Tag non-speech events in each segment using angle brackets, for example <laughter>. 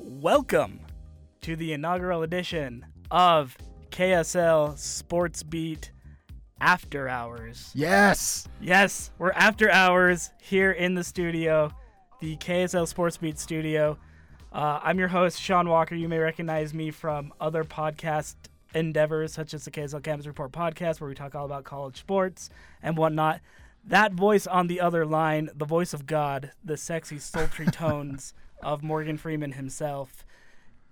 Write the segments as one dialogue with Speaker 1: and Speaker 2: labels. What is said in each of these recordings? Speaker 1: Welcome to the inaugural edition of KSL Sports Beat After Hours.
Speaker 2: Yes.
Speaker 1: Yes, we're after hours here in the studio, the KSL Sports Beat studio. Uh, I'm your host, Sean Walker. You may recognize me from other podcast endeavors, such as the KSL Campus Report podcast, where we talk all about college sports and whatnot. That voice on the other line, the voice of God, the sexy, sultry tones of Morgan Freeman himself,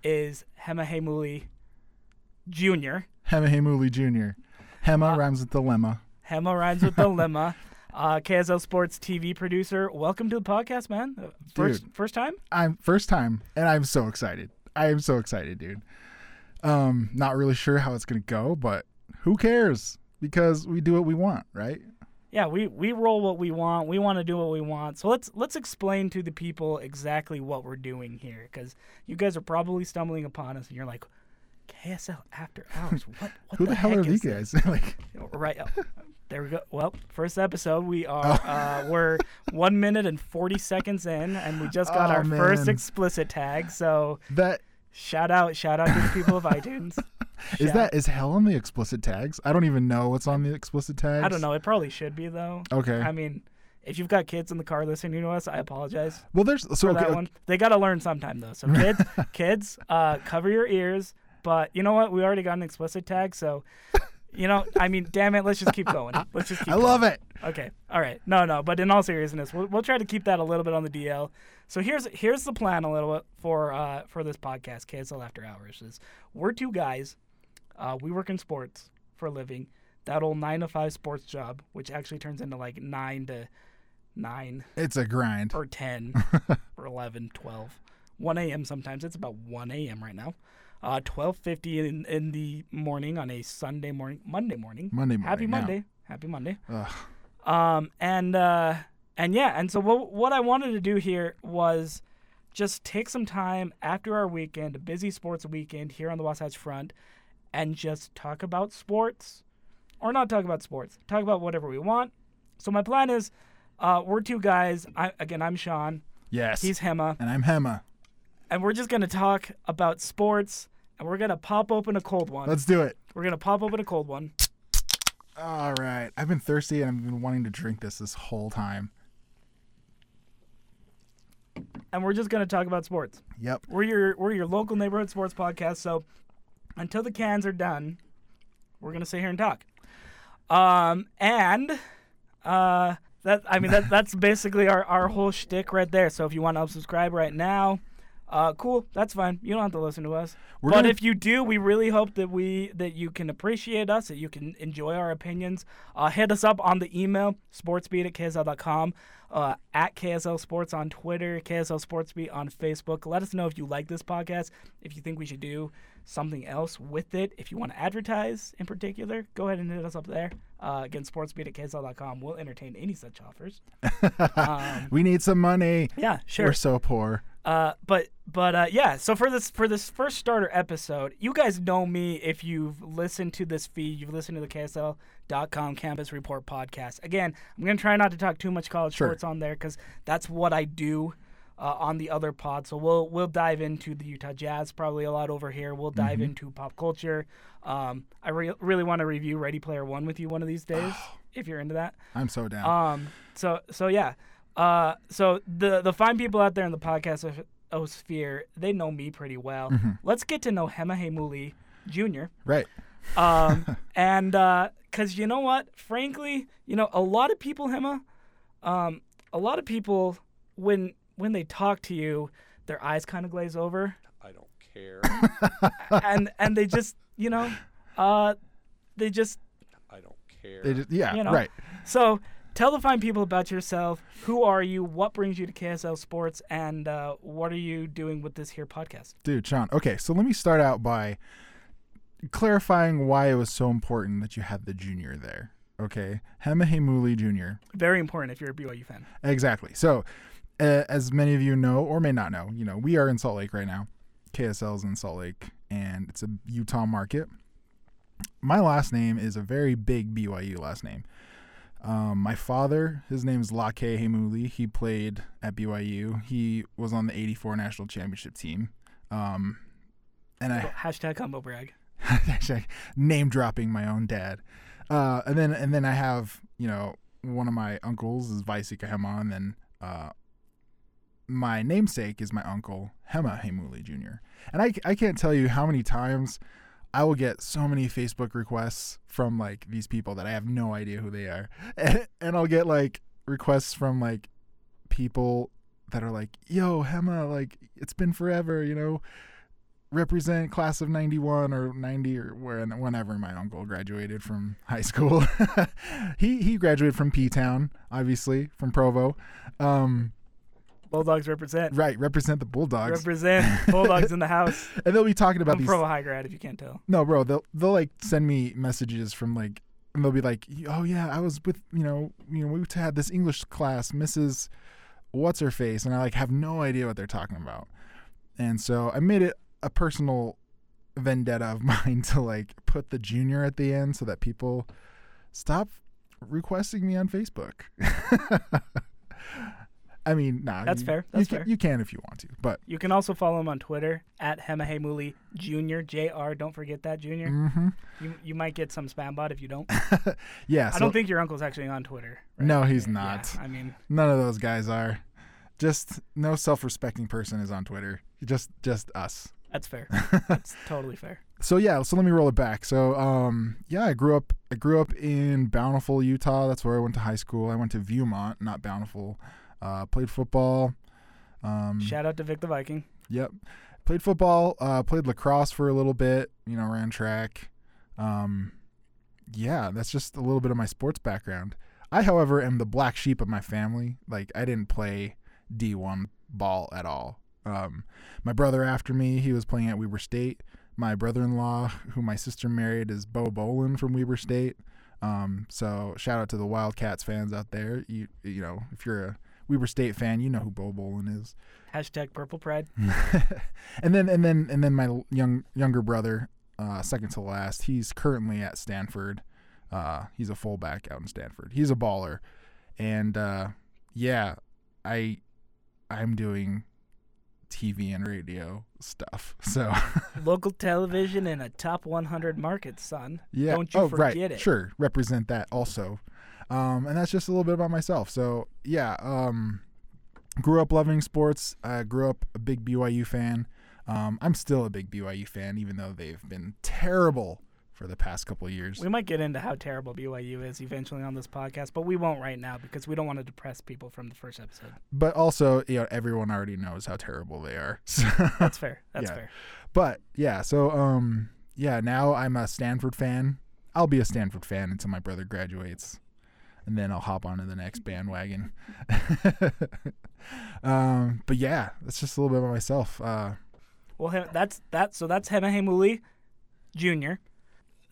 Speaker 1: is Hema Hemuli Jr.
Speaker 2: Hema Hamuli Jr. Hema rhymes with dilemma.
Speaker 1: Hema rhymes
Speaker 2: <laughs>
Speaker 1: with dilemma. Uh, KSL Sports TV producer. Welcome to the podcast, man. Uh, First,
Speaker 2: Dude.
Speaker 1: first time.
Speaker 2: I'm first time, and I'm so excited. I am so excited, dude. Um, not really sure how it's gonna go, but who cares? Because we do what we want, right?
Speaker 1: Yeah, we we roll what we want. We want to do what we want. So let's let's explain to the people exactly what we're doing here, because you guys are probably stumbling upon us, and you're like, KSL After Hours. What? what
Speaker 2: Who the, hell
Speaker 1: heck
Speaker 2: are
Speaker 1: is
Speaker 2: these
Speaker 1: this?"
Speaker 2: guys? <laughs> like,
Speaker 1: Right. uh, There we go. Well, first episode, we are
Speaker 2: Oh.
Speaker 1: uh, we're one minute and forty seconds in, and we just got
Speaker 2: <laughs> Oh,
Speaker 1: our first
Speaker 2: man.
Speaker 1: explicit tag. So
Speaker 2: that
Speaker 1: shout out, shout out to the people
Speaker 2: <laughs>
Speaker 1: of iTunes.
Speaker 2: is
Speaker 1: Shout-
Speaker 2: that is hell on the explicit tags? I don't even know what's on the explicit tags.
Speaker 1: I don't know. It probably should be though.
Speaker 2: Okay.
Speaker 1: I mean, if you've got kids in the car listening to us, I apologize
Speaker 2: well, there's so
Speaker 1: for
Speaker 2: okay,
Speaker 1: that
Speaker 2: okay,
Speaker 1: one. They got to learn sometime though. So
Speaker 2: <laughs>
Speaker 1: kids, kids, uh, cover your ears. But you know what? We already got an explicit tag, so you know. I mean, damn it. Let's just keep going. Let's just. Keep
Speaker 2: I love it.
Speaker 1: Okay. All right. No, no. But in all seriousness, we'll, we'll try to keep that a little bit on the DL. So here's here's the plan a little bit for uh, for this podcast, KSL After Hours. Is we're two guys. Uh, we work in sports for a living. That old nine to five sports job, which actually turns into like nine to nine
Speaker 2: It's a grind.
Speaker 1: or
Speaker 2: <laughs>
Speaker 1: 10 or 11 12 1 a.m sometimes it's about 1 a.m right now uh 12.50 in, in the morning on a sunday morning monday morning
Speaker 2: Monday morning,
Speaker 1: happy
Speaker 2: yeah.
Speaker 1: monday happy monday
Speaker 2: Ugh.
Speaker 1: um and uh and yeah and so what what i wanted to do here was just take some time after our weekend a busy sports weekend here on the wasatch front and just talk about sports or not talk about sports talk about whatever we want so my plan is uh, we're two guys I, again i'm sean
Speaker 2: Yes.
Speaker 1: He's Hema,
Speaker 2: and I'm Hema.
Speaker 1: and we're just gonna talk about sports, and we're gonna pop open a cold one.
Speaker 2: Let's do it.
Speaker 1: We're gonna pop open a cold one.
Speaker 2: All right. I've been thirsty and I've been wanting to drink this this whole time.
Speaker 1: and we're just going to talk about sports.
Speaker 2: Yep.
Speaker 1: We're your we're your local neighborhood sports podcast. So until the cans are done, we're going to sit here and talk. Um, and uh, that I mean that that's basically our our whole shtick right there. So if you want to unsubscribe right now. Uh, cool. That's fine. You don't have to listen to us.
Speaker 2: We're
Speaker 1: but
Speaker 2: gonna-
Speaker 1: if you do, we really hope that we that you can appreciate us, that you can enjoy our opinions. Uh, hit us up on the email sportsbeat at ksl.com, uh, at KSL Sports on Twitter, KSL Sportsbeat on Facebook. Let us know if you like this podcast, if you think we should do something else with it, if you want to advertise in particular, go ahead and hit us up there. Uh, again, sportsbeat at ksl.com. We'll entertain any such offers. um,
Speaker 2: We need some money.
Speaker 1: yeah, sure.
Speaker 2: We're so poor.
Speaker 1: Uh, but but uh, yeah. So for this for this first starter episode, you guys know me if you've listened to this feed, you've listened to the KSL.com Campus Report podcast. Again, I'm gonna try not to talk too much college
Speaker 2: Sure.
Speaker 1: sports on there because that's what I do. Uh, on the other pod, so we'll we'll dive into the Utah Jazz probably a lot over here. We'll dive into pop culture. Um, I re- really want to review Ready Player One with you one of these days if you're into that.
Speaker 2: I'm so down.
Speaker 1: Um. So so yeah. Uh. So the the fine people out there in the podcast of- oh, sphere, they know me pretty well. Let's get to know Hema Hemuli Jr.
Speaker 2: right.
Speaker 1: Um. and uh, cause you know what? Frankly, you know a lot of people, Hema. Um. A lot of people when when they talk to you, their eyes kind of glaze over,
Speaker 3: I don't
Speaker 1: <laughs>
Speaker 3: care.
Speaker 1: and and they just you know, uh, they just
Speaker 3: I don't care.
Speaker 2: They just, yeah.
Speaker 1: You know.
Speaker 2: Right.
Speaker 1: So tell the fine people about yourself. Who are you? What brings you to KSL Sports? And uh, what are you doing with this here podcast?
Speaker 2: Dude, Sean. Okay, so let me start out by clarifying why it was so important that you had the junior there. Okay, Hema Hemuli Jr.
Speaker 1: Very important if you're a BYU fan.
Speaker 2: Exactly. So, uh, as many of you know or may not know, you know, we are in Salt Lake right now. KSL's in Salt Lake and it's a Utah market. My last name is a very big BYU last name. Um, my father, his name's Lake Hemuli. He played at BYU. He was on the 84 national championship team. Um, and I
Speaker 1: Hashtag combo brag.
Speaker 2: <laughs> Hashtag name dropping my own dad. Uh, and then and then I have you know one of my uncles is Vicey Hema, and then uh, my namesake is my uncle Hema Hemuli Jr. And I I can't tell you how many times I will get so many Facebook requests from like these people that I have no idea who they are, <laughs> and, and I'll get like requests from like people that are like, "Yo, Hema, like it's been forever," you know represent class of 91 or 90 or where whenever my uncle graduated from high school <laughs> he he graduated from p-town obviously from provo um,
Speaker 1: Bulldogs represent.
Speaker 2: right represent the bulldogs <laughs>
Speaker 1: Represent Bulldogs in the house.
Speaker 2: and they'll be talking about
Speaker 1: I'm
Speaker 2: these
Speaker 1: pro high grad if you can't tell.
Speaker 2: no bro they'll they'll like send me messages from like and they'll be like oh yeah i was with you know you know we had this english class mrs what's her face and i like have no idea what they're talking about and so i made it a personal vendetta of <laughs> mine to like put the junior at the end so that people stop requesting me on facebook <laughs> i mean nah
Speaker 1: That's
Speaker 2: you-
Speaker 1: fair.
Speaker 2: you
Speaker 1: That's
Speaker 2: can-
Speaker 1: fair.
Speaker 2: you can if you want to but
Speaker 1: You can also follow him on Twitter at Hemahemuli Jr. Jr. Don't forget that Jr.
Speaker 2: mhm.
Speaker 1: You you might get some spam bot if you don't.
Speaker 2: yeah so
Speaker 1: I don't think your uncle's actually on Twitter. right?
Speaker 2: no he's
Speaker 1: Yeah,
Speaker 2: not
Speaker 1: I mean,
Speaker 2: None of those guys are. Just no self-respecting person is on Twitter. Just just us. <laughs>
Speaker 1: that's fair. that's totally fair.
Speaker 2: So yeah, so let me roll it back. So um yeah, I grew up I grew up in Bountiful, Utah. That's where I went to high school. I went to Viewmont, not Bountiful. Uh played football. Um
Speaker 1: Shout out to Vic the Viking.
Speaker 2: Yep. Played football, uh, played lacrosse for a little bit, you know, ran track. Um, yeah, that's just a little bit of my sports background. I, however, am the black sheep of my family. Like, I didn't play D1 ball at all. Um, my brother after me, he was playing at Weber State. My brother in law, who my sister married, is Bo Bolin from Weber State. Um, so shout out to the Wildcats fans out there. You you know, if you're a Weber State fan, you know who Bo Bolin is.
Speaker 1: Hashtag Purple Pride.
Speaker 2: <laughs> and then and then and then my l- young younger brother, uh, second to last, he's currently at Stanford. Uh, he's a fullback out in Stanford. He's a baller, and uh, yeah, I I'm doing TV and radio stuff. <laughs> So
Speaker 1: Local television in a top 100 market, son.
Speaker 2: yeah,
Speaker 1: Don't you
Speaker 2: oh
Speaker 1: forget
Speaker 2: right,
Speaker 1: it.
Speaker 2: sure, represent that also. Um, and that's just a little bit about myself. So yeah, um, grew up loving sports. I grew up a big BYU fan. Um, I'm still a big BYU fan, even though they've been terrible for the past couple of years.
Speaker 1: We might get into how terrible BYU is eventually on this podcast, but we won't right now because we don't want to depress people from the first episode.
Speaker 2: But also, you know, everyone already knows how terrible they are. <laughs> So,
Speaker 1: That's fair. That's
Speaker 2: Yeah.
Speaker 1: fair.
Speaker 2: but yeah, so um, yeah, now I'm a Stanford fan. I'll be a Stanford fan until my brother graduates, and then I'll hop onto the next bandwagon. <laughs> um, but yeah, that's just a little bit about myself. Uh,
Speaker 1: Well, he- that's that. So that's Hema Hemuli Jr.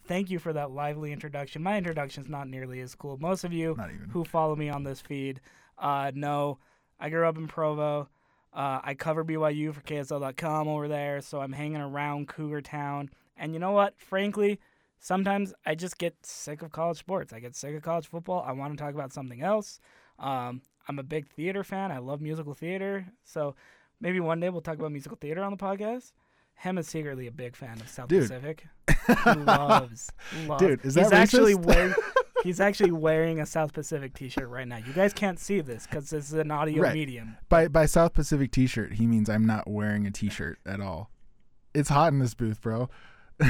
Speaker 1: Thank you for that lively introduction. My introduction's not nearly as cool. Most of you
Speaker 2: Not even.
Speaker 1: who follow me on this feed uh, know I grew up in Provo. Uh, I cover BYU for KSL.com over there, so I'm hanging around Cougar Town. And you know what? Frankly, sometimes I just get sick of college sports. I get sick of college football. I want to talk about something else. Um, I'm a big theater fan. I love musical theater. So maybe one day we'll talk about musical theater on the podcast. Hem is secretly a big fan of South
Speaker 2: Dude.
Speaker 1: Pacific. He
Speaker 2: <laughs>
Speaker 1: loves, loves.
Speaker 2: Dude, is
Speaker 1: he's
Speaker 2: that <laughs>
Speaker 1: actually
Speaker 2: racist?
Speaker 1: wearing he's actually wearing a South Pacific T-shirt right now. You guys can't see this because this is an audio
Speaker 2: Right.
Speaker 1: medium.
Speaker 2: By by South Pacific T-shirt, he means I'm not wearing a T-shirt at all. It's hot in this booth, bro. <laughs> but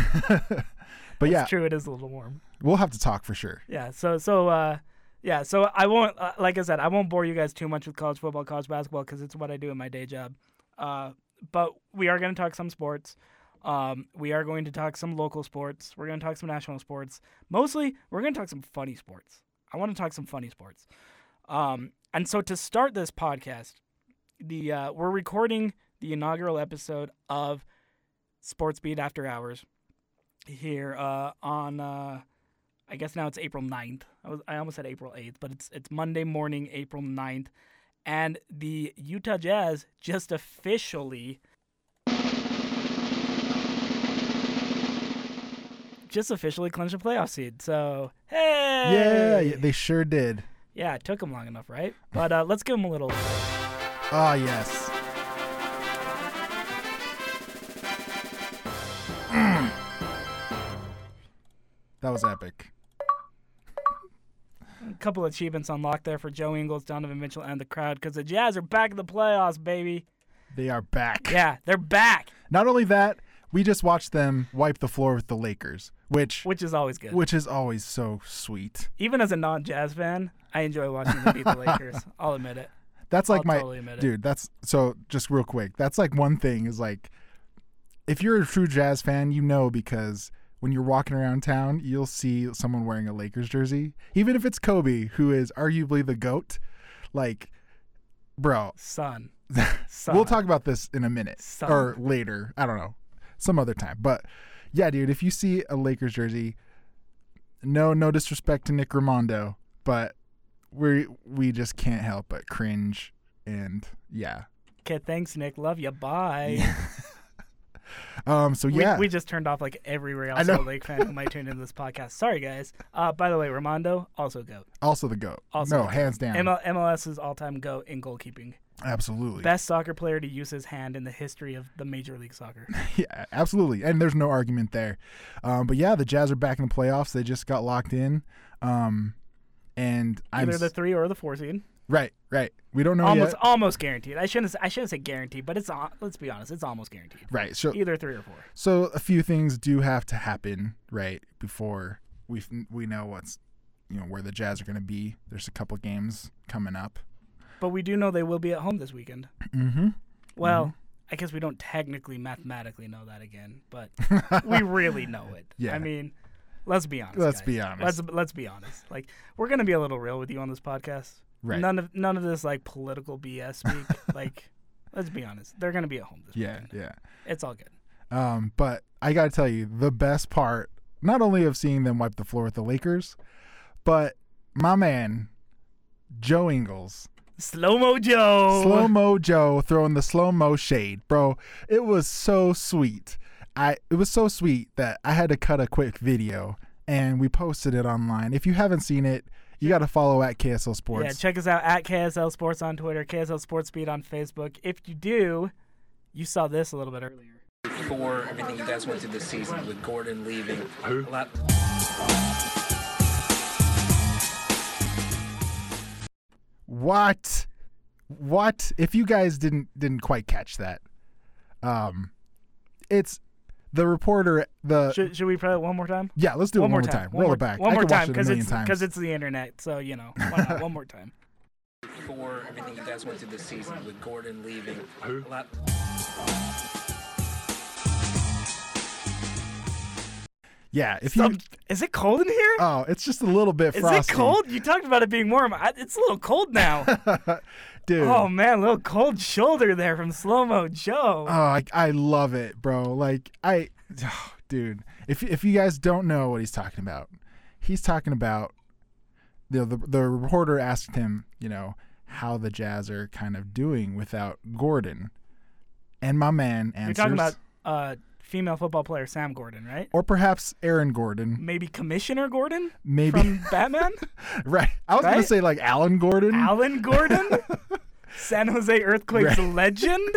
Speaker 2: yeah,
Speaker 1: It's true. It is a little warm.
Speaker 2: we'll have to talk for sure.
Speaker 1: Yeah. So so uh, yeah. So I won't uh, like I said I won't bore you guys too much with college football, college basketball because it's what I do in my day job. Uh, but we are going to talk some sports. Um, we are going to talk some local sports. We're going to talk some national sports. Mostly, we're going to talk some funny sports. I want to talk some funny sports. Um, and so to start this podcast, the uh, we're recording the inaugural episode of Sports Beat After Hours. here uh, on uh, I guess now it's April 9th. I was I almost said April 8th, but it's it's Monday morning, April 9th, and the Utah Jazz just officially just officially clinched a playoff seed. So, hey!
Speaker 2: Yeah, yeah, they sure did.
Speaker 1: Yeah, it took them long enough, right? But uh, let's give them a little
Speaker 2: Ah, yes. Mm. That was epic.
Speaker 1: couple achievements unlocked there for Joe Ingles, Donovan Mitchell, and the crowd because the Jazz are back in the playoffs, baby.
Speaker 2: They are back.
Speaker 1: Yeah, they're back,
Speaker 2: Not only that, we just watched them wipe the floor with the Lakers, which
Speaker 1: which is always good.
Speaker 2: which is always so sweet.
Speaker 1: Even as a non-Jazz fan, I enjoy watching them beat the Lakers.
Speaker 2: <laughs>
Speaker 1: I'll admit it.
Speaker 2: That's like
Speaker 1: I'll
Speaker 2: my
Speaker 1: totally admit it.
Speaker 2: dude. That's so just real quick. That's like one thing is like, if you're a true jazz fan, you know because when you're walking around town, you'll see someone wearing a Lakers jersey, even if it's Kobe, who is arguably the goat. Like, bro,
Speaker 1: Son, son.
Speaker 2: <laughs> we'll talk about this in a minute
Speaker 1: Son.
Speaker 2: or later. I don't know, some other time. But yeah, dude, if you see a Lakers jersey, no, no disrespect to Nick Ramondo, but we we just can't help but cringe and yeah.
Speaker 1: Okay, thanks, Nick. Love you. Bye.
Speaker 2: <laughs> Um. So yeah,
Speaker 1: We, we just turned off like every Real
Speaker 2: I know.
Speaker 1: Salt Lake fan who might tune into this podcast. Sorry, guys. Uh, by the way, Ramondo also goat.
Speaker 2: also the goat.
Speaker 1: Also
Speaker 2: no,
Speaker 1: the goat.
Speaker 2: hands down,
Speaker 1: ML- MLS's all-time goat in goalkeeping.
Speaker 2: absolutely.
Speaker 1: Best soccer player to use his hand in the history of the Major League Soccer.
Speaker 2: <laughs> yeah, absolutely. And there's no argument there. Um. But yeah, the Jazz are back in the playoffs. They just got locked in. Um. And I'm
Speaker 1: Either the
Speaker 2: s- Oh,
Speaker 1: three or the four seed.
Speaker 2: right, right. We don't know
Speaker 1: Almost,
Speaker 2: yet.
Speaker 1: almost guaranteed. I shouldn't. I shouldn't say guaranteed, but it's. al- Let's be honest. It's almost guaranteed.
Speaker 2: Right. So
Speaker 1: Either three or four.
Speaker 2: So a few things do have to happen, right, before we we know what's you know where the Jazz are going to be. There's a couple games coming up.
Speaker 1: But we do know they will be at home this weekend.
Speaker 2: <laughs> Mm-hmm.
Speaker 1: Well, I guess we don't technically, mathematically know that again, but we really know it.
Speaker 2: <laughs> Yeah.
Speaker 1: I mean, let's be honest.
Speaker 2: Let's
Speaker 1: guys.
Speaker 2: be honest.
Speaker 1: Let's let's be honest. Like we're gonna be a little real with you on this podcast.
Speaker 2: Right.
Speaker 1: None of none of this like political BS
Speaker 2: <laughs>
Speaker 1: speak. like, let's be honest. They're gonna be at home this
Speaker 2: Yeah,
Speaker 1: weekend.
Speaker 2: yeah.
Speaker 1: It's all good.
Speaker 2: Um, but I got to tell you, the best part not only of seeing them wipe the floor with the Lakers, but my man Joe Ingles,
Speaker 1: Slow mo Joe.
Speaker 2: slow mo Joe throwing the slow mo shade, bro. It was so sweet. I it was so sweet that I had to cut a quick video and we posted it online. If you haven't seen it, you got to follow at KSL Sports.
Speaker 1: Yeah, check us out at KSL Sports on Twitter, KSL Sports Beat on Facebook. If you do, you saw this a little bit earlier.
Speaker 4: before everything you guys went through this season with Gordon leaving. Who? A lot,
Speaker 2: What? What? If you guys didn't didn't quite catch that, um, it's the reporter. The
Speaker 1: Should, should we play it one more time?
Speaker 2: Uh, yeah, let's do it one more time.
Speaker 1: One
Speaker 2: Roll
Speaker 1: more,
Speaker 2: it back.
Speaker 1: One
Speaker 2: I
Speaker 1: more
Speaker 2: could
Speaker 1: time
Speaker 2: watch it a million
Speaker 1: it's
Speaker 2: times.
Speaker 1: because it's the internet. So you know, why
Speaker 2: <laughs>
Speaker 1: not? one more time.
Speaker 4: before everything you guys went through this season with Gordon leaving. A lot,
Speaker 2: yeah, if you
Speaker 1: Some- is it cold in here?
Speaker 2: oh, it's just a little bit
Speaker 1: is
Speaker 2: frosty.
Speaker 1: it cold? You talked about it being warm. I, it's a little cold now.
Speaker 2: <laughs> dude?
Speaker 1: oh man, little cold shoulder there from Slow Mo Joe.
Speaker 2: Oh, I, I love it, bro. Like I, oh, dude. If if you guys don't know what he's talking about, he's talking about the the, the reporter asked him, you know, how the Jazz are kind of doing without Gordon, and my man
Speaker 1: You're
Speaker 2: answers, Oh.
Speaker 1: talking about uh, female football player Sam Gordon, right?
Speaker 2: or perhaps Aaron Gordon,
Speaker 1: Maybe Commissioner Gordon
Speaker 2: maybe. <laughs>
Speaker 1: from Batman.
Speaker 2: right. I was gonna
Speaker 1: Right?
Speaker 2: say like Alan Gordon,
Speaker 1: Alan Gordon,
Speaker 2: <laughs>
Speaker 1: San Jose Earthquakes legend.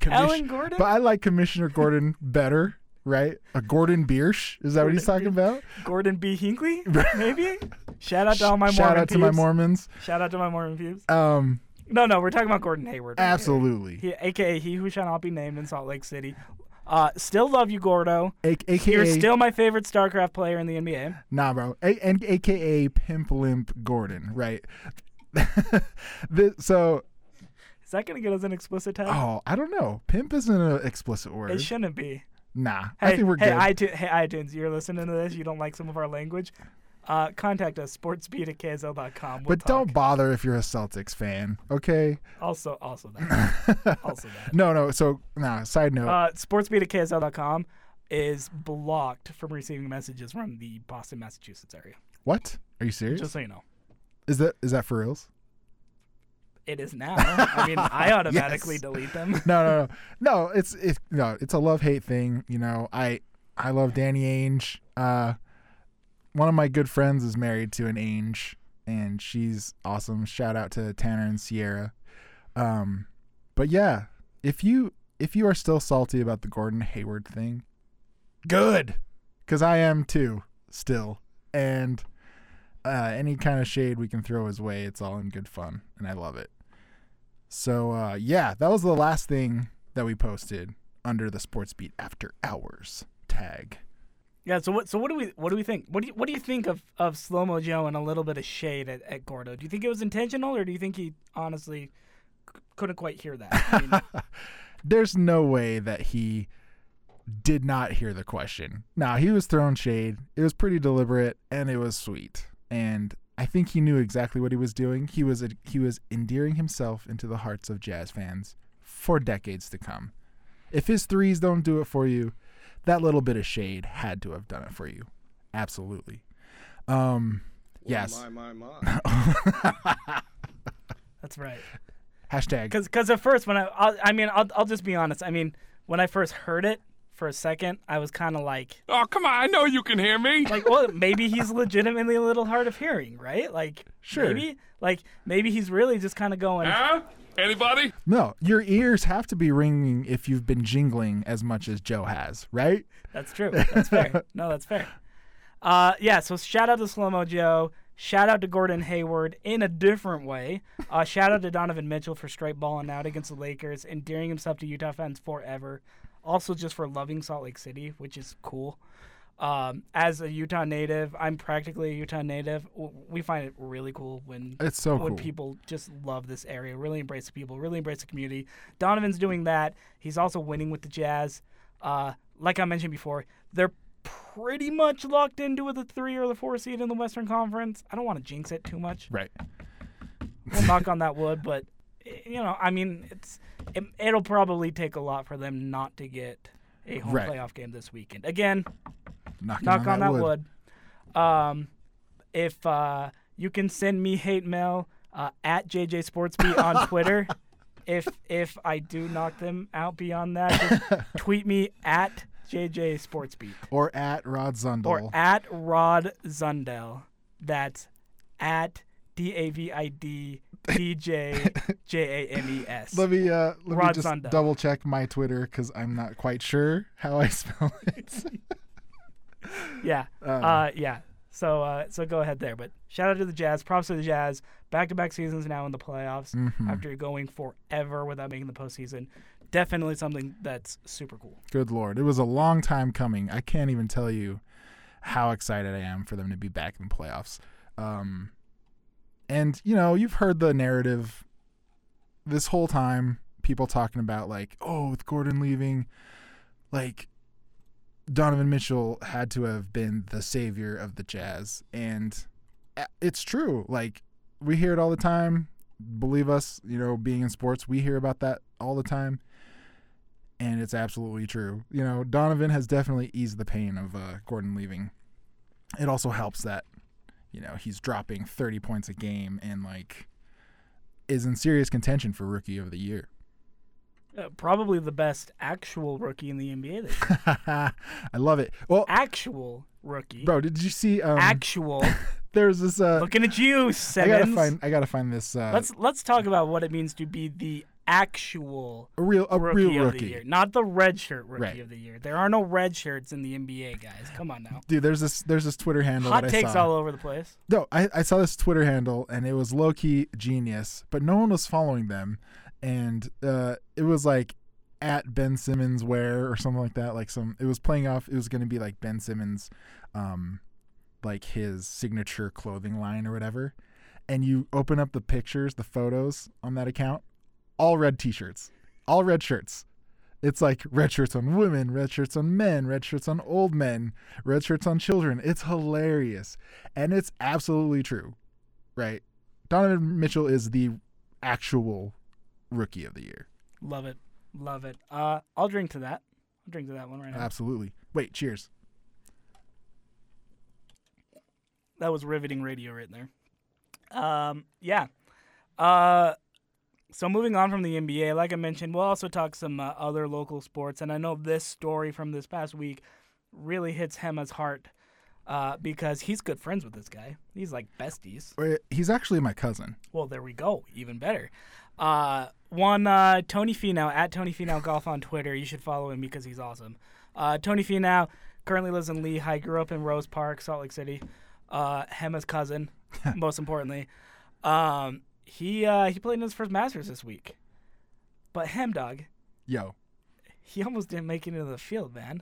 Speaker 2: Commis-
Speaker 1: Alan Gordon?
Speaker 2: but I like Commissioner Gordon better. Right, a Gordon Biersch. Is that what he's talking about?
Speaker 1: Gordon B.
Speaker 2: <laughs>
Speaker 1: Hinckley, maybe. Shout out to all my
Speaker 2: Shout
Speaker 1: Mormon
Speaker 2: out to my
Speaker 1: peeps.
Speaker 2: Mormons.
Speaker 1: Shout out to my Mormon peeps.
Speaker 2: Um,
Speaker 1: No, no, we're talking about Gordon Hayward. right here.
Speaker 2: absolutely.
Speaker 1: He, AKA he who shall not be named in Salt Lake City. Uh, still love you, Gordo.
Speaker 2: A- AKA
Speaker 1: You're still my favorite StarCraft player in the NBA.
Speaker 2: nah, bro. A- and AKA Pimp Limp Gordon, right? <laughs> Th- so,
Speaker 1: Is that gonna get us an explicit tag?
Speaker 2: oh, I don't know. Pimp isn't an explicit word.
Speaker 1: It shouldn't be.
Speaker 2: nah,
Speaker 1: Hey,
Speaker 2: I think we're
Speaker 1: hey,
Speaker 2: good.
Speaker 1: iTunes, hey, iTunes, you're listening to this. You don't like some of our language? Uh, contact us, sportsbeat at ksl.com. We'll
Speaker 2: but don't
Speaker 1: talk.
Speaker 2: bother if you're a Celtics fan,
Speaker 1: <laughs>
Speaker 2: okay?
Speaker 1: Also,
Speaker 2: <laughs>
Speaker 1: also that. also that. <laughs>
Speaker 2: No, no. So, nah. Side note.
Speaker 1: Uh, sportsbeat at ksl.com. is blocked from receiving messages from the Boston, Massachusetts area.
Speaker 2: What? Are you serious?
Speaker 1: Just so you know,
Speaker 2: is that is that for reals?
Speaker 1: it is now. I mean, I automatically
Speaker 2: Yes.
Speaker 1: delete them. <laughs>
Speaker 2: <laughs> No, no, no, no. It's it no. It's a love hate thing. You know, I I love Danny Ainge. Uh, one of my good friends is married to an Ainge, and she's awesome. Shout out to Tanner and Sierra. Um, but yeah, if you if you are still salty about the Gordon Hayward thing, good, because I am too still. And uh, any kind of shade we can throw his way, it's all in good fun, and I love it. So uh, yeah, that was the last thing that we posted under the Sports Beat After Hours tag.
Speaker 1: Yeah. So what? So what do we? What do we think? What do you? What do you think of of slow mo Joe and a little bit of shade at, at Gordo? Do you think it was intentional, or do you think he honestly c- couldn't quite hear that? I mean,
Speaker 2: There's no way that he did not hear the question. Nah, he was throwing shade. It was pretty deliberate and it was sweet. And I think he knew exactly what he was doing. He was he was endearing himself into the hearts of jazz fans for decades to come. If his threes don't do it for you, that little bit of shade had to have done it for you. Absolutely. Um yes.
Speaker 3: My, my, my.
Speaker 1: that's right.
Speaker 2: Hashtag.
Speaker 1: Because at first when I I, I mean I'll, I'll just be honest. I mean when I first heard it for a second, I was kind of like
Speaker 5: <laughs> Oh, come on. I know you can hear me.
Speaker 1: like well maybe he's legitimately a little hard of hearing, right? Like
Speaker 2: Sure.
Speaker 1: maybe like maybe he's really just kind of going.
Speaker 5: Huh? Anybody?
Speaker 2: No, your ears have to be ringing if you've been jingling as much as Joe has, right?
Speaker 1: That's true. That's fair. No, that's fair. Uh, yeah, so shout out to Slow Mo Joe. Shout out to Gordon Hayward in a different way. Uh, shout out to Donovan Mitchell for straight balling out against the Lakers, endearing himself to Utah fans forever. Also, just for loving Salt Lake City, which is cool. Um, as a Utah native, I'm practically a Utah native. W- We find it really cool when
Speaker 2: It's so
Speaker 1: when
Speaker 2: cool.
Speaker 1: people just love this area, really embrace the people, really embrace the community. Donovan's doing that. He's also winning with the Jazz. Uh, like I mentioned before, they're pretty much locked into the three or the four seed in the Western Conference. I don't want to jinx it too much.
Speaker 2: Right.
Speaker 1: We'll knock on that wood, but eh, you know, I mean, it's it, it'll probably take a lot for them not to get a home
Speaker 2: Right.
Speaker 1: playoff game this weekend. Again,
Speaker 2: Knocking
Speaker 1: knock on, that wood. Um, if uh, you can send me hate mail uh, at JJ Sportsbeat on Twitter. if if I do knock them out beyond that, just tweet me at JJ Sportsbeat
Speaker 2: Or at Rod Zundel.
Speaker 1: or at Rod Zundel. That's at D A V I D D J J A M E
Speaker 2: <laughs>
Speaker 1: S.
Speaker 2: let me uh, let me
Speaker 1: Rod
Speaker 2: just
Speaker 1: Zundel.
Speaker 2: double check my Twitter because I'm not quite sure how I <laughs> spell it.
Speaker 1: Yeah.
Speaker 2: Um,
Speaker 1: Uh, yeah. So uh, so go ahead there. But shout out to the Jazz. Props to the Jazz. Back to back seasons now in the playoffs
Speaker 2: Mm-hmm.
Speaker 1: after going forever without making the postseason. Definitely something that's super cool.
Speaker 2: Good lord, it was a long time coming. I can't even tell you how excited I am for them to be back in the playoffs. Um, and you know, you've heard the narrative this whole time. People talking about like, oh, with Gordon leaving, like Donovan Mitchell had to have been the savior of the Jazz, and a- it's true. Like we hear it all the time. Believe us, you know, being in sports, we hear about that all the time and it's absolutely true. You know, Donovan has definitely eased the pain of uh, Gordon leaving. It also helps that, you know, he's dropping 30 points a game and like is in serious contention for rookie of the year. <laughs>
Speaker 1: Uh, probably the best actual rookie in the NBA this
Speaker 2: <laughs>
Speaker 1: year.
Speaker 2: I love it. Well,
Speaker 1: actual rookie.
Speaker 2: bro, did you see? Um,
Speaker 1: Actual.
Speaker 2: <laughs> there's this. Uh,
Speaker 1: Looking at you,
Speaker 2: I gotta
Speaker 1: Simmons.
Speaker 2: find. I gotta find this. Uh,
Speaker 1: let's let's talk about what it means to be the actual
Speaker 2: a real, a
Speaker 1: rookie
Speaker 2: real
Speaker 1: of the year,
Speaker 2: rookie.
Speaker 1: not the red shirt rookie
Speaker 2: Right.
Speaker 1: of the year. There are no red shirts in the NBA, guys. Come on now.
Speaker 2: Dude, there's this. There's this Twitter handle
Speaker 1: Hot
Speaker 2: that I
Speaker 1: takes
Speaker 2: saw.
Speaker 1: all over the place.
Speaker 2: No, I, I saw this Twitter handle and it was low key genius, but no one was following them. And uh, it was like at Ben Simmons wear or something like that. Like some, it was playing off. It was going to be like Ben Simmons, um, like his signature clothing line or whatever. And you open up the pictures, the photos on that account, all red t shirts, all red shirts. It's like red shirts on women, red shirts on men, red shirts on old men, red shirts on children. It's hilarious. And it's absolutely true, right? Donovan Mitchell is the actual rookie of the year.
Speaker 1: Love it. Love it. Uh, I'll drink to that. I'll drink to that one right now.
Speaker 2: Absolutely. Wait, cheers.
Speaker 1: that was riveting radio right there. Um, yeah. Uh, so moving on from the NBA, like I mentioned, we'll also talk some uh, other local sports, and I know this story from this past week really hits Hema's heart uh, because he's good friends with this guy. He's like besties.
Speaker 2: Uh, He's actually my cousin.
Speaker 1: Well, there we go. Even better. Uh, one uh, Tony Finau at Tony Finau Golf on Twitter. You should follow him because he's awesome. Uh, Tony Finau currently lives in Lehigh. Grew up in Rose Park, Salt Lake City. Uh, Hema's cousin, most importantly. Um, he uh, he played in his first Masters this week, but Hem Dog,
Speaker 2: Yo.
Speaker 1: he almost didn't make it into the field, man.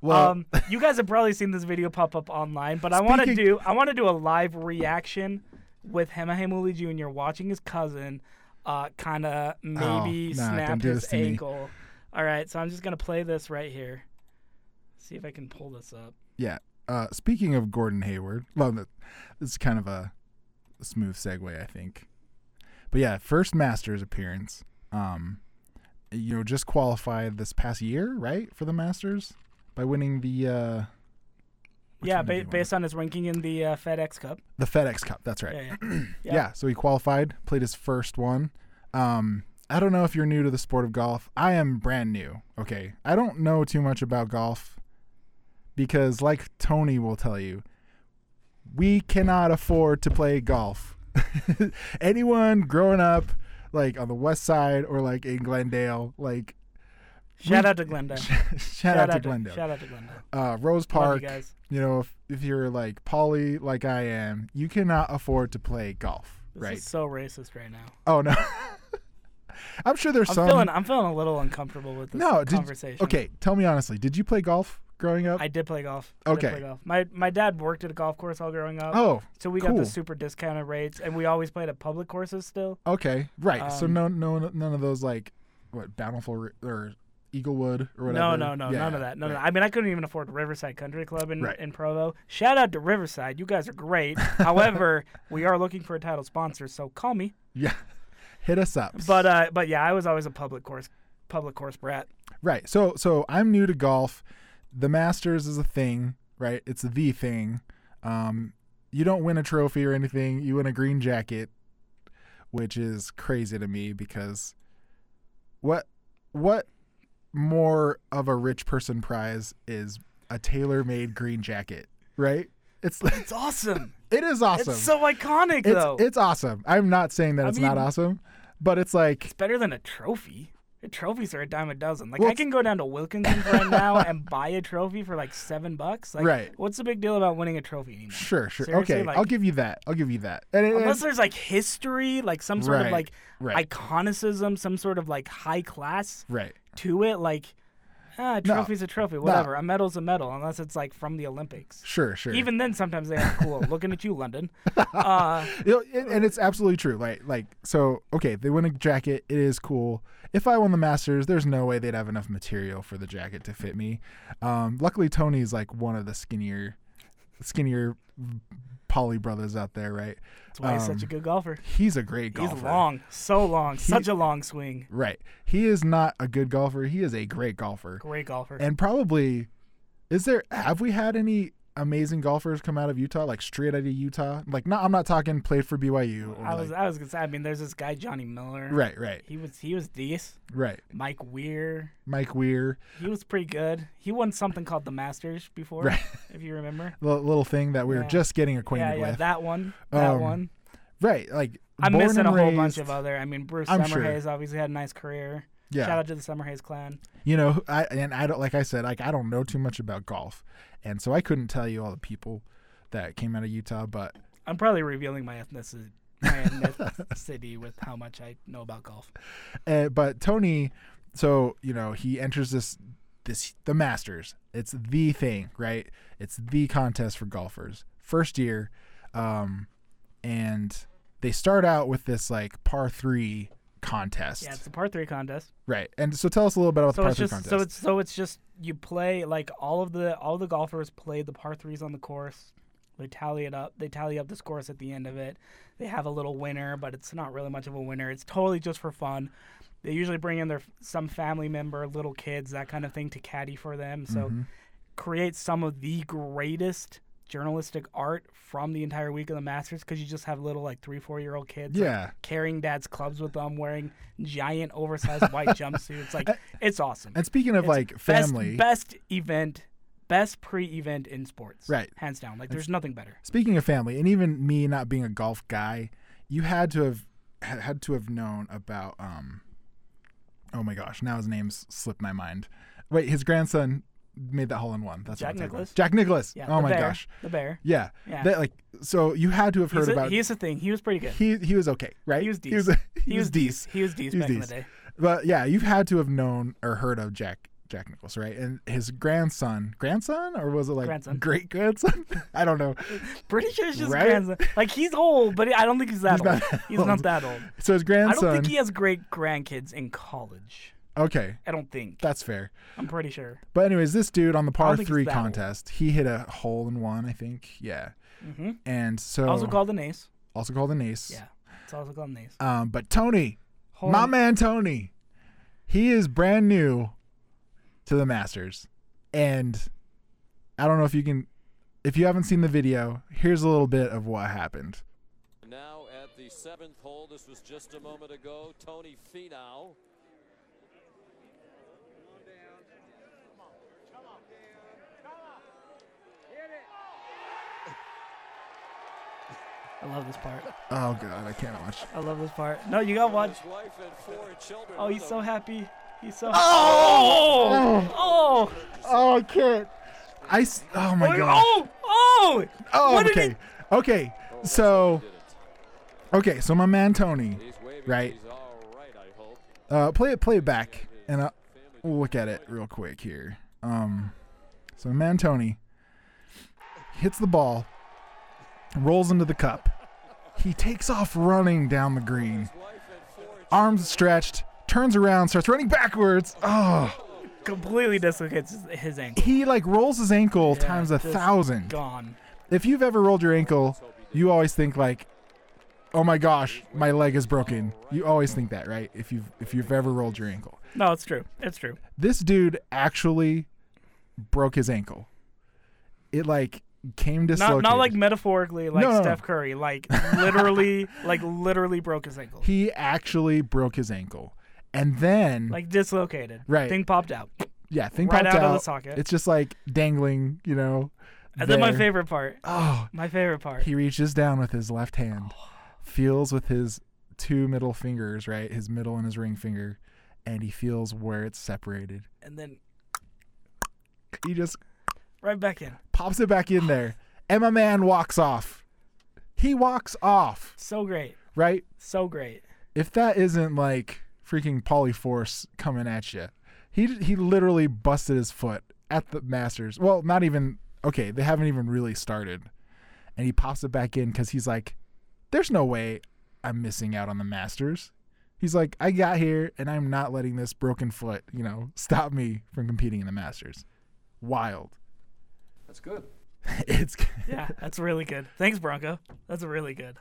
Speaker 2: Well,
Speaker 1: um, you guys have probably seen this video pop up online, but I want to
Speaker 2: Speaking-
Speaker 1: do I want to do a live reaction with Hema Hamuli Jr. watching his cousin, uh, kind of maybe
Speaker 2: Oh, nah, don't
Speaker 1: snap
Speaker 2: do
Speaker 1: his
Speaker 2: this to me.
Speaker 1: ankle. All right, so I'm just gonna play this right here. See if I can pull this up.
Speaker 2: yeah. Uh, speaking of Gordon Hayward, well, that- this is kind of a smooth segue, I think. But yeah, first Masters appearance. Um, you know, just qualified this past year, right, for the Masters by winning the uh, Which
Speaker 1: yeah,
Speaker 2: one did
Speaker 1: ba-
Speaker 2: he win?
Speaker 1: based on his ranking in the uh, FedEx Cup.
Speaker 2: the FedEx Cup. That's right.
Speaker 1: Yeah, Yeah.
Speaker 2: yeah. so he qualified, played his first one. Um, I don't know if you're new to the sport of golf. I am brand new. Okay. I don't know too much about golf because, like Tony will tell you, we cannot afford to play golf. <laughs> Anyone growing up, like on the west side or like in Glendale, like <laughs>
Speaker 1: Shout out to Glendale. Shout,
Speaker 2: shout, out, to Glendale,
Speaker 1: Shout out to Glendale.
Speaker 2: uh,
Speaker 1: Love
Speaker 2: Rose
Speaker 1: you
Speaker 2: Park,
Speaker 1: guys.
Speaker 2: you know, if, if you're like Polly, like I am, you cannot afford to play golf,
Speaker 1: This
Speaker 2: right?
Speaker 1: is so racist right now.
Speaker 2: Oh no. <laughs> I'm sure there's
Speaker 1: I'm
Speaker 2: some.
Speaker 1: feeling I'm feeling a little uncomfortable with this
Speaker 2: um, no, did-
Speaker 1: conversation.
Speaker 2: okay, tell me honestly, did you play golf growing up?
Speaker 1: I did play golf. I did
Speaker 2: Okay.
Speaker 1: play golf. My my dad worked at a golf course all growing up.
Speaker 2: oh,
Speaker 1: So we got
Speaker 2: cool.
Speaker 1: the super discounted rates, and we always played at public courses still.
Speaker 2: Oh, okay, right. so
Speaker 1: um,
Speaker 2: no, no, none of those like what Bountiful Ri- or Eaglewood or
Speaker 1: No,
Speaker 2: whatever.
Speaker 1: no, no,
Speaker 2: Yeah,
Speaker 1: none of that. No, no.
Speaker 2: right.
Speaker 1: I mean, I couldn't even afford Riverside Country Club in,
Speaker 2: Right.
Speaker 1: in Provo. Shout out to Riverside. You guys are great.
Speaker 2: <laughs>
Speaker 1: However, we are looking for a title sponsor, so call me.
Speaker 2: Yeah, <laughs> hit us up.
Speaker 1: But uh, but yeah, I was always a public course public course brat.
Speaker 2: Right. So so I'm new to golf. The Masters is a thing, right? It's the thing. Um, you don't win a trophy or anything. You win a green jacket, which is crazy to me because what what more of a rich person prize is a tailor-made green jacket, right? It's <laughs>
Speaker 1: It's awesome.
Speaker 2: it is awesome.
Speaker 1: It's so iconic
Speaker 2: it's,
Speaker 1: though.
Speaker 2: it's awesome. I'm not saying that
Speaker 1: I
Speaker 2: it's not
Speaker 1: mean-
Speaker 2: awesome, but it's like
Speaker 1: It's better than a trophy. The trophies are a dime a dozen. Like
Speaker 2: Well,
Speaker 1: I can go down to Wilkinson's right now and <laughs> buy a trophy for like seven bucks. Like,
Speaker 2: Right.
Speaker 1: What's the big deal about winning a trophy
Speaker 2: <laughs>
Speaker 1: anymore?
Speaker 2: sure, sure.
Speaker 1: Seriously,
Speaker 2: okay,
Speaker 1: like-
Speaker 2: I'll give you that. I'll give you that. And, it-
Speaker 1: Unless there's like history, like some sort of
Speaker 2: Right,
Speaker 1: like
Speaker 2: right.
Speaker 1: iconicism, some sort of like high class
Speaker 2: right.
Speaker 1: to it. Like, ah, a
Speaker 2: No.
Speaker 1: trophy's a trophy, whatever. A medal's a medal, unless it's like from the Olympics.
Speaker 2: Sure, sure.
Speaker 1: Even then, sometimes they aren't cool. Looking at you, London. Uh,
Speaker 2: You know, and, and it's absolutely true. Like like so okay, they win a jacket, it is cool. If I won the Masters, there's no way they'd have enough material for the jacket to fit me. Um, luckily Tony's like one of the skinnier skinnier poly brothers out there, right? Um,
Speaker 1: that's why he's such a good golfer.
Speaker 2: He's a great golfer.
Speaker 1: He's long, so long, such a long swing.
Speaker 2: Right. He is not a good golfer, he is a great golfer.
Speaker 1: Great golfer.
Speaker 2: And probably is there have we had any amazing golfers come out of Utah, like straight out of Utah? Like not I'm not talking played for BYU or
Speaker 1: I was
Speaker 2: like-
Speaker 1: I was gonna say. I mean, there's this guy Johnny Miller.
Speaker 2: Right, right,
Speaker 1: He was he was decent.
Speaker 2: right.
Speaker 1: Mike Weir.
Speaker 2: Mike Weir,
Speaker 1: He was pretty good. He won something called the Masters before,
Speaker 2: Right.
Speaker 1: if you
Speaker 2: <laughs>
Speaker 1: remember.
Speaker 2: the little thing that we were
Speaker 1: Yeah.
Speaker 2: just getting
Speaker 1: Yeah,
Speaker 2: acquainted
Speaker 1: yeah,
Speaker 2: with.
Speaker 1: that one, that
Speaker 2: Um,
Speaker 1: one.
Speaker 2: right, like
Speaker 1: I'm
Speaker 2: born
Speaker 1: missing
Speaker 2: and
Speaker 1: a whole bunch
Speaker 2: raised-
Speaker 1: of uh, other. I mean, Bruce
Speaker 2: I'm sure.
Speaker 1: Summerhays obviously had a nice career.
Speaker 2: Yeah,
Speaker 1: Shout out to the Summerhays clan.
Speaker 2: you know, who- I and I don't like I said, like I don't know too much about golf, and so I couldn't tell you all the people that came out of Utah, but
Speaker 1: I'm probably revealing my ethnicity,
Speaker 2: <laughs>
Speaker 1: my ethnicity with how much I know about golf.
Speaker 2: uh, but Tony, so you know, he enters this this the Masters. It's the thing, right? It's the contest for golfers. First year, um, and they start out with this like par three contest,
Speaker 1: Yeah, it's the par three contest.
Speaker 2: right? And so tell us a little bit about
Speaker 1: So
Speaker 2: the par
Speaker 1: it's
Speaker 2: three
Speaker 1: just
Speaker 2: contest.
Speaker 1: so it's so it's just you play like all of the all the golfers play the par threes on the course, They tally it up. They tally up the scores at the end of it. They have a little winner, but it's not really much of a winner. It's totally just for fun. They usually bring in their some family member, little kids, that kind of thing, to caddy for them. So
Speaker 2: Mm-hmm.
Speaker 1: create some of the greatest journalistic art from the entire week of the Masters because you just have little like three, four year old kids. like,
Speaker 2: Yeah.
Speaker 1: carrying dad's clubs with them, wearing giant oversized white
Speaker 2: <laughs>
Speaker 1: jumpsuits. Like it's awesome.
Speaker 2: And speaking of
Speaker 1: It's
Speaker 2: like
Speaker 1: best-
Speaker 2: family,
Speaker 1: best, event, best pre-event in sports.
Speaker 2: Right.
Speaker 1: hands down. Like there's nothing better.
Speaker 2: speaking of family, and even me not being a golf guy, you had to have ha- had to have known about um. Oh my gosh! Now his name's slipped my mind. Wait, his grandson made that hole in one. That's what
Speaker 1: Jack
Speaker 2: I'm thinking.
Speaker 1: Nicklaus?
Speaker 2: Jack Nicholas.
Speaker 1: Yeah.
Speaker 2: oh
Speaker 1: the
Speaker 2: my
Speaker 1: bear,
Speaker 2: gosh.
Speaker 1: the bear.
Speaker 2: Yeah.
Speaker 1: Yeah.
Speaker 2: That, like so you had to have heard
Speaker 1: He's,
Speaker 2: about
Speaker 1: a, he's the thing. He was pretty good.
Speaker 2: <laughs> he he was okay, right?
Speaker 1: He was
Speaker 2: He was, <laughs>
Speaker 1: decent.
Speaker 2: he was
Speaker 1: decent.
Speaker 2: decent.
Speaker 1: He was decent
Speaker 2: He was
Speaker 1: back in the
Speaker 2: decent.
Speaker 1: day.
Speaker 2: But yeah, you've had to have known or heard of Jack Jack Nichols, right? And his grandson, grandson, or was it like
Speaker 1: Grandson.
Speaker 2: great grandson? <laughs> I don't know.
Speaker 1: Pretty sure it's just
Speaker 2: Right?
Speaker 1: grandson. Like he's old, but I don't think he's that
Speaker 2: He's
Speaker 1: old.
Speaker 2: not that
Speaker 1: he's
Speaker 2: old.
Speaker 1: not that old.
Speaker 2: So his
Speaker 1: I
Speaker 2: grandson.
Speaker 1: don't think he has great grandkids in college.
Speaker 2: okay,
Speaker 1: I don't think.
Speaker 2: that's fair.
Speaker 1: I'm pretty sure.
Speaker 2: But anyways, this dude on the par
Speaker 1: think he's
Speaker 2: three
Speaker 1: that old.
Speaker 2: contest, he hit a hole in one, I think. Yeah. And so
Speaker 1: Mm-hmm. Also called an ace.
Speaker 2: also called an ace.
Speaker 1: Yeah, it's also called an ace.
Speaker 2: Um, but Tony,
Speaker 1: Hold
Speaker 2: my
Speaker 1: on.
Speaker 2: man Tony, he is brand new to the Masters, and I don't know if you can, if you haven't seen the video, here's a little bit of what happened.
Speaker 6: Now at the seventh hole, this was just a moment ago, Tony Finau.
Speaker 1: I love this part.
Speaker 2: Oh God, I can't watch.
Speaker 1: I love this part. No, you gotta watch.
Speaker 6: His wife and four children.
Speaker 1: Oh,
Speaker 6: with
Speaker 1: he's
Speaker 6: a
Speaker 1: so happy. He's so. Oh! Oh!
Speaker 2: Oh, I can't. I. s- Oh my God.
Speaker 1: Oh! Oh!
Speaker 2: Oh,
Speaker 1: What did
Speaker 2: okay.
Speaker 1: he-
Speaker 2: Okay. So, okay. So my man Tony, right? Uh, play it. Play it back, and I'll, we'll look at it real quick here. Um, so my man Tony hits the ball, rolls into the cup. He takes off running down the green, arms stretched, turns around, starts running backwards. Oh,
Speaker 1: Completely dislocates his- his ankle.
Speaker 2: he like rolls his ankle times a
Speaker 1: just
Speaker 2: thousand.
Speaker 1: Gone.
Speaker 2: if you've ever rolled your ankle, you always think like, "Oh my gosh, my leg is broken." You always think that, right? If you've if you've ever rolled your ankle,
Speaker 1: No, it's true. It's true.
Speaker 2: this dude actually broke his ankle. It like came
Speaker 1: Not
Speaker 2: dislocated.
Speaker 1: not like metaphorically, like
Speaker 2: No, no, no.
Speaker 1: Steph Curry, like literally,
Speaker 2: <laughs>
Speaker 1: like literally broke his ankle,
Speaker 2: he actually broke his ankle, and then
Speaker 1: like dislocated.
Speaker 2: Right.
Speaker 1: Thing popped out.
Speaker 2: yeah, thing
Speaker 1: right
Speaker 2: popped
Speaker 1: out of the socket.
Speaker 2: It's just like dangling, you know.
Speaker 1: And then my
Speaker 2: there.
Speaker 1: favorite part.
Speaker 2: Oh,
Speaker 1: My favorite part.
Speaker 2: he reaches down with his left hand, feels with his two middle fingers, right, his middle and his ring finger, and he feels where it's separated.
Speaker 1: And then
Speaker 2: he just
Speaker 1: right back in.
Speaker 2: pops it back in there. And my man walks off. He walks off,
Speaker 1: So great.
Speaker 2: right?
Speaker 1: So great.
Speaker 2: If that isn't like freaking Polyforce coming at you, he he literally busted his foot at the Masters. Well, not even okay. They haven't even really started, and he pops it back in because he's like, "There's no way I'm missing out on the Masters." He's like, "I got here, and I'm not letting this broken foot, you know, stop me from competing in the Masters." Wild.
Speaker 4: That's good.
Speaker 2: <laughs> It's
Speaker 1: Yeah, that's really good. Thanks, Bronco. That's really good.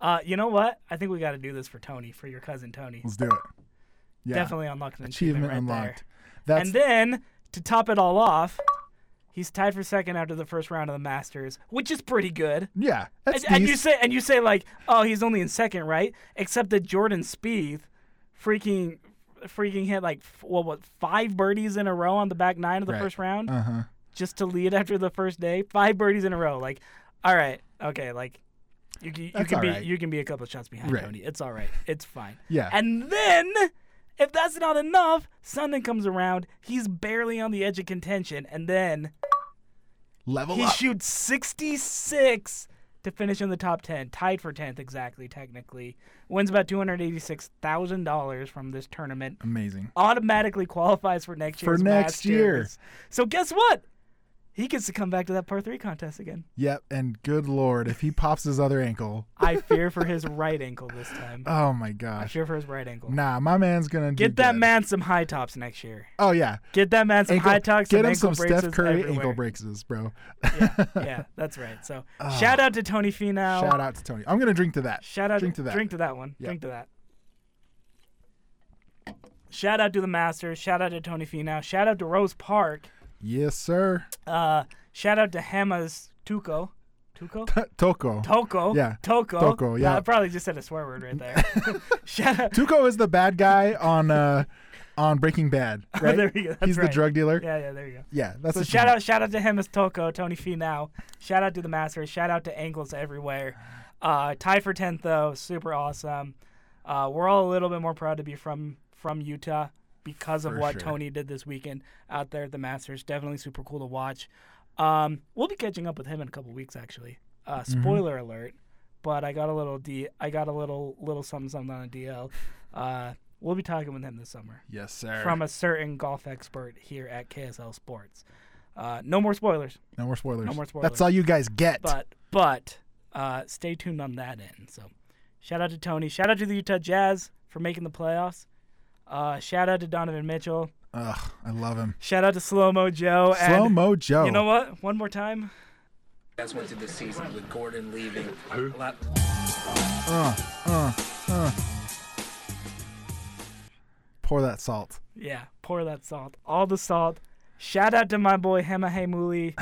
Speaker 1: Uh, you know what? I think we got to do this for Tony, for your cousin Tony.
Speaker 2: Let's do it. Yeah.
Speaker 1: Definitely unlocked an
Speaker 2: Achievement
Speaker 1: achievement right
Speaker 2: unlocked.
Speaker 1: there.
Speaker 2: That's
Speaker 1: And then to top it all off, he's tied for second after the first round of the Masters, which is pretty good.
Speaker 2: yeah.
Speaker 1: And,
Speaker 2: That's
Speaker 1: and you
Speaker 2: decent.
Speaker 1: say and you say like, oh, he's only in second, right? Except that Jordan Spieth, freaking, freaking hit like f- what what five birdies in a row on the back nine of the
Speaker 2: Right.
Speaker 1: first round
Speaker 2: uh-huh.
Speaker 1: just to lead after the first day. Five birdies in a row. Like, all right, okay, like you, can- you,
Speaker 2: That's
Speaker 1: can
Speaker 2: all
Speaker 1: be
Speaker 2: right.
Speaker 1: you can be a couple shots behind
Speaker 2: Right.
Speaker 1: Tony. It's all right. It's fine.
Speaker 2: Yeah.
Speaker 1: And then if that's not enough, Sunday comes around. He's barely on the edge of contention, and then
Speaker 2: Level
Speaker 1: he
Speaker 2: up.
Speaker 1: shoots 66 to finish in the top 10, tied for 10th exactly, technically. Wins about $286,000 from this tournament
Speaker 2: Amazing.
Speaker 1: automatically qualifies for next
Speaker 2: For
Speaker 1: year's
Speaker 2: next year.
Speaker 1: Masters. So guess what? He gets to come back to that par three contest again.
Speaker 2: Yep, and good lord, if he pops his other ankle,
Speaker 1: I fear for
Speaker 2: <laughs>
Speaker 1: his right ankle this time.
Speaker 2: oh my
Speaker 1: I
Speaker 2: gosh.
Speaker 1: fear for his right ankle.
Speaker 2: Nah, my man's gonna do
Speaker 1: Get that
Speaker 2: good.
Speaker 1: man some high tops next year.
Speaker 2: Oh yeah,
Speaker 1: Get that man some
Speaker 2: ankle,
Speaker 1: high tops.
Speaker 2: get
Speaker 1: and
Speaker 2: him
Speaker 1: ankle
Speaker 2: some Steph
Speaker 1: braces
Speaker 2: Curry
Speaker 1: everywhere.
Speaker 2: ankle braces, bro.
Speaker 1: yeah, that's right.
Speaker 2: <laughs>
Speaker 1: So shout out to Tony Finau.
Speaker 2: Oh. Shout out to Tony. I'm gonna drink to that.
Speaker 1: Shout out
Speaker 2: drink to that.
Speaker 1: Drink to that one.
Speaker 2: Yeah.
Speaker 1: Drink to that. Shout out to the Masters. Shout out to Tony Finau. Shout out to Rose Park.
Speaker 2: Yes, sir.
Speaker 1: Uh, shout out to Hema's Tuco. Tuco?
Speaker 2: <laughs> Toko.
Speaker 1: Toko.
Speaker 2: Yeah.
Speaker 1: Toko.
Speaker 2: Toko, yeah.
Speaker 1: I probably just said a swear word right
Speaker 2: <laughs>
Speaker 1: there. shout out.
Speaker 2: Tuco is the bad guy on uh on
Speaker 1: <laughs>
Speaker 2: Breaking Bad, right?
Speaker 1: there you go. That's
Speaker 2: He's the
Speaker 1: right.
Speaker 2: drug dealer. Yeah,
Speaker 1: Yeah, yeah, there you go.
Speaker 2: that's
Speaker 1: So
Speaker 2: his
Speaker 1: shout
Speaker 2: name.
Speaker 1: out, shout out to Hemas Toko, Tony Finau. Shout out to the Masters. Shout out to Angles everywhere. Uh, tie for tenth though, super awesome. Uh, we're all a little bit more proud to be from from Utah because of
Speaker 2: For
Speaker 1: what
Speaker 2: sure.
Speaker 1: Tony did this weekend out there at the Masters. Definitely super cool to watch. Um, we'll be catching up with him in a couple weeks actually. Uh,
Speaker 2: Mm-hmm.
Speaker 1: spoiler alert, but I got a little d I got a little little something something on a DL. Uh, we'll be talking with him this summer
Speaker 2: Yes, sir.
Speaker 1: from a certain golf expert here at KSL Sports. Uh, no more spoilers,
Speaker 2: no more spoilers.
Speaker 1: No more spoilers.
Speaker 2: That's all you guys get.
Speaker 1: but but uh, stay tuned on that end. So, shout out to Tony. Shout out to the Utah Jazz for making the playoffs. Uh, shout out to Donovan Mitchell.
Speaker 2: Ugh, I love him.
Speaker 1: Shout out to Slow Mo Joe. and-
Speaker 2: Slow mo Joe.
Speaker 1: You know what? One more time.
Speaker 4: That's went through the season with Gordon leaving. A lot,
Speaker 2: Pour that salt.
Speaker 1: Yeah, pour that salt. All the salt. Shout out to my boy Hema Haymuli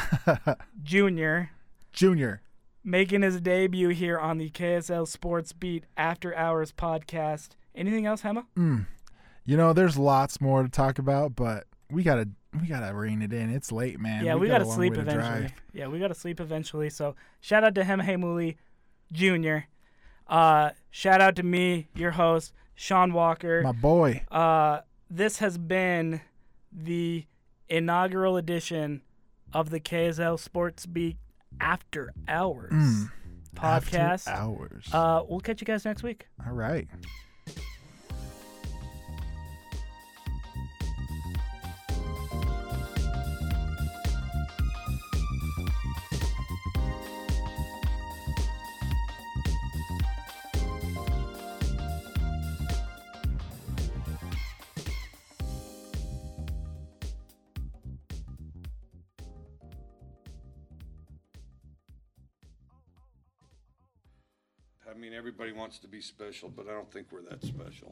Speaker 1: Jr.
Speaker 2: Junior.
Speaker 1: making his debut here on the KSL Sports Beat After Hours podcast. Anything else, Hema?
Speaker 2: You know, there's lots more to talk about, but we gotta we gotta rein it in. It's late, man.
Speaker 1: yeah, we,
Speaker 2: got
Speaker 1: gotta
Speaker 2: a long
Speaker 1: sleep
Speaker 2: way to
Speaker 1: eventually.
Speaker 2: drive.
Speaker 1: Yeah, we gotta sleep eventually. So shout out to Hem Haymuli Jr. Uh, shout out to me, your host, Sean Walker.
Speaker 2: My boy.
Speaker 1: Uh, this has been the inaugural edition of the KSL Sports Beat After Hours podcast.
Speaker 2: Mm. After hours.
Speaker 1: Uh, we'll catch you guys next week.
Speaker 2: all right.
Speaker 7: I mean, everybody wants to be special, but I don't think we're that special.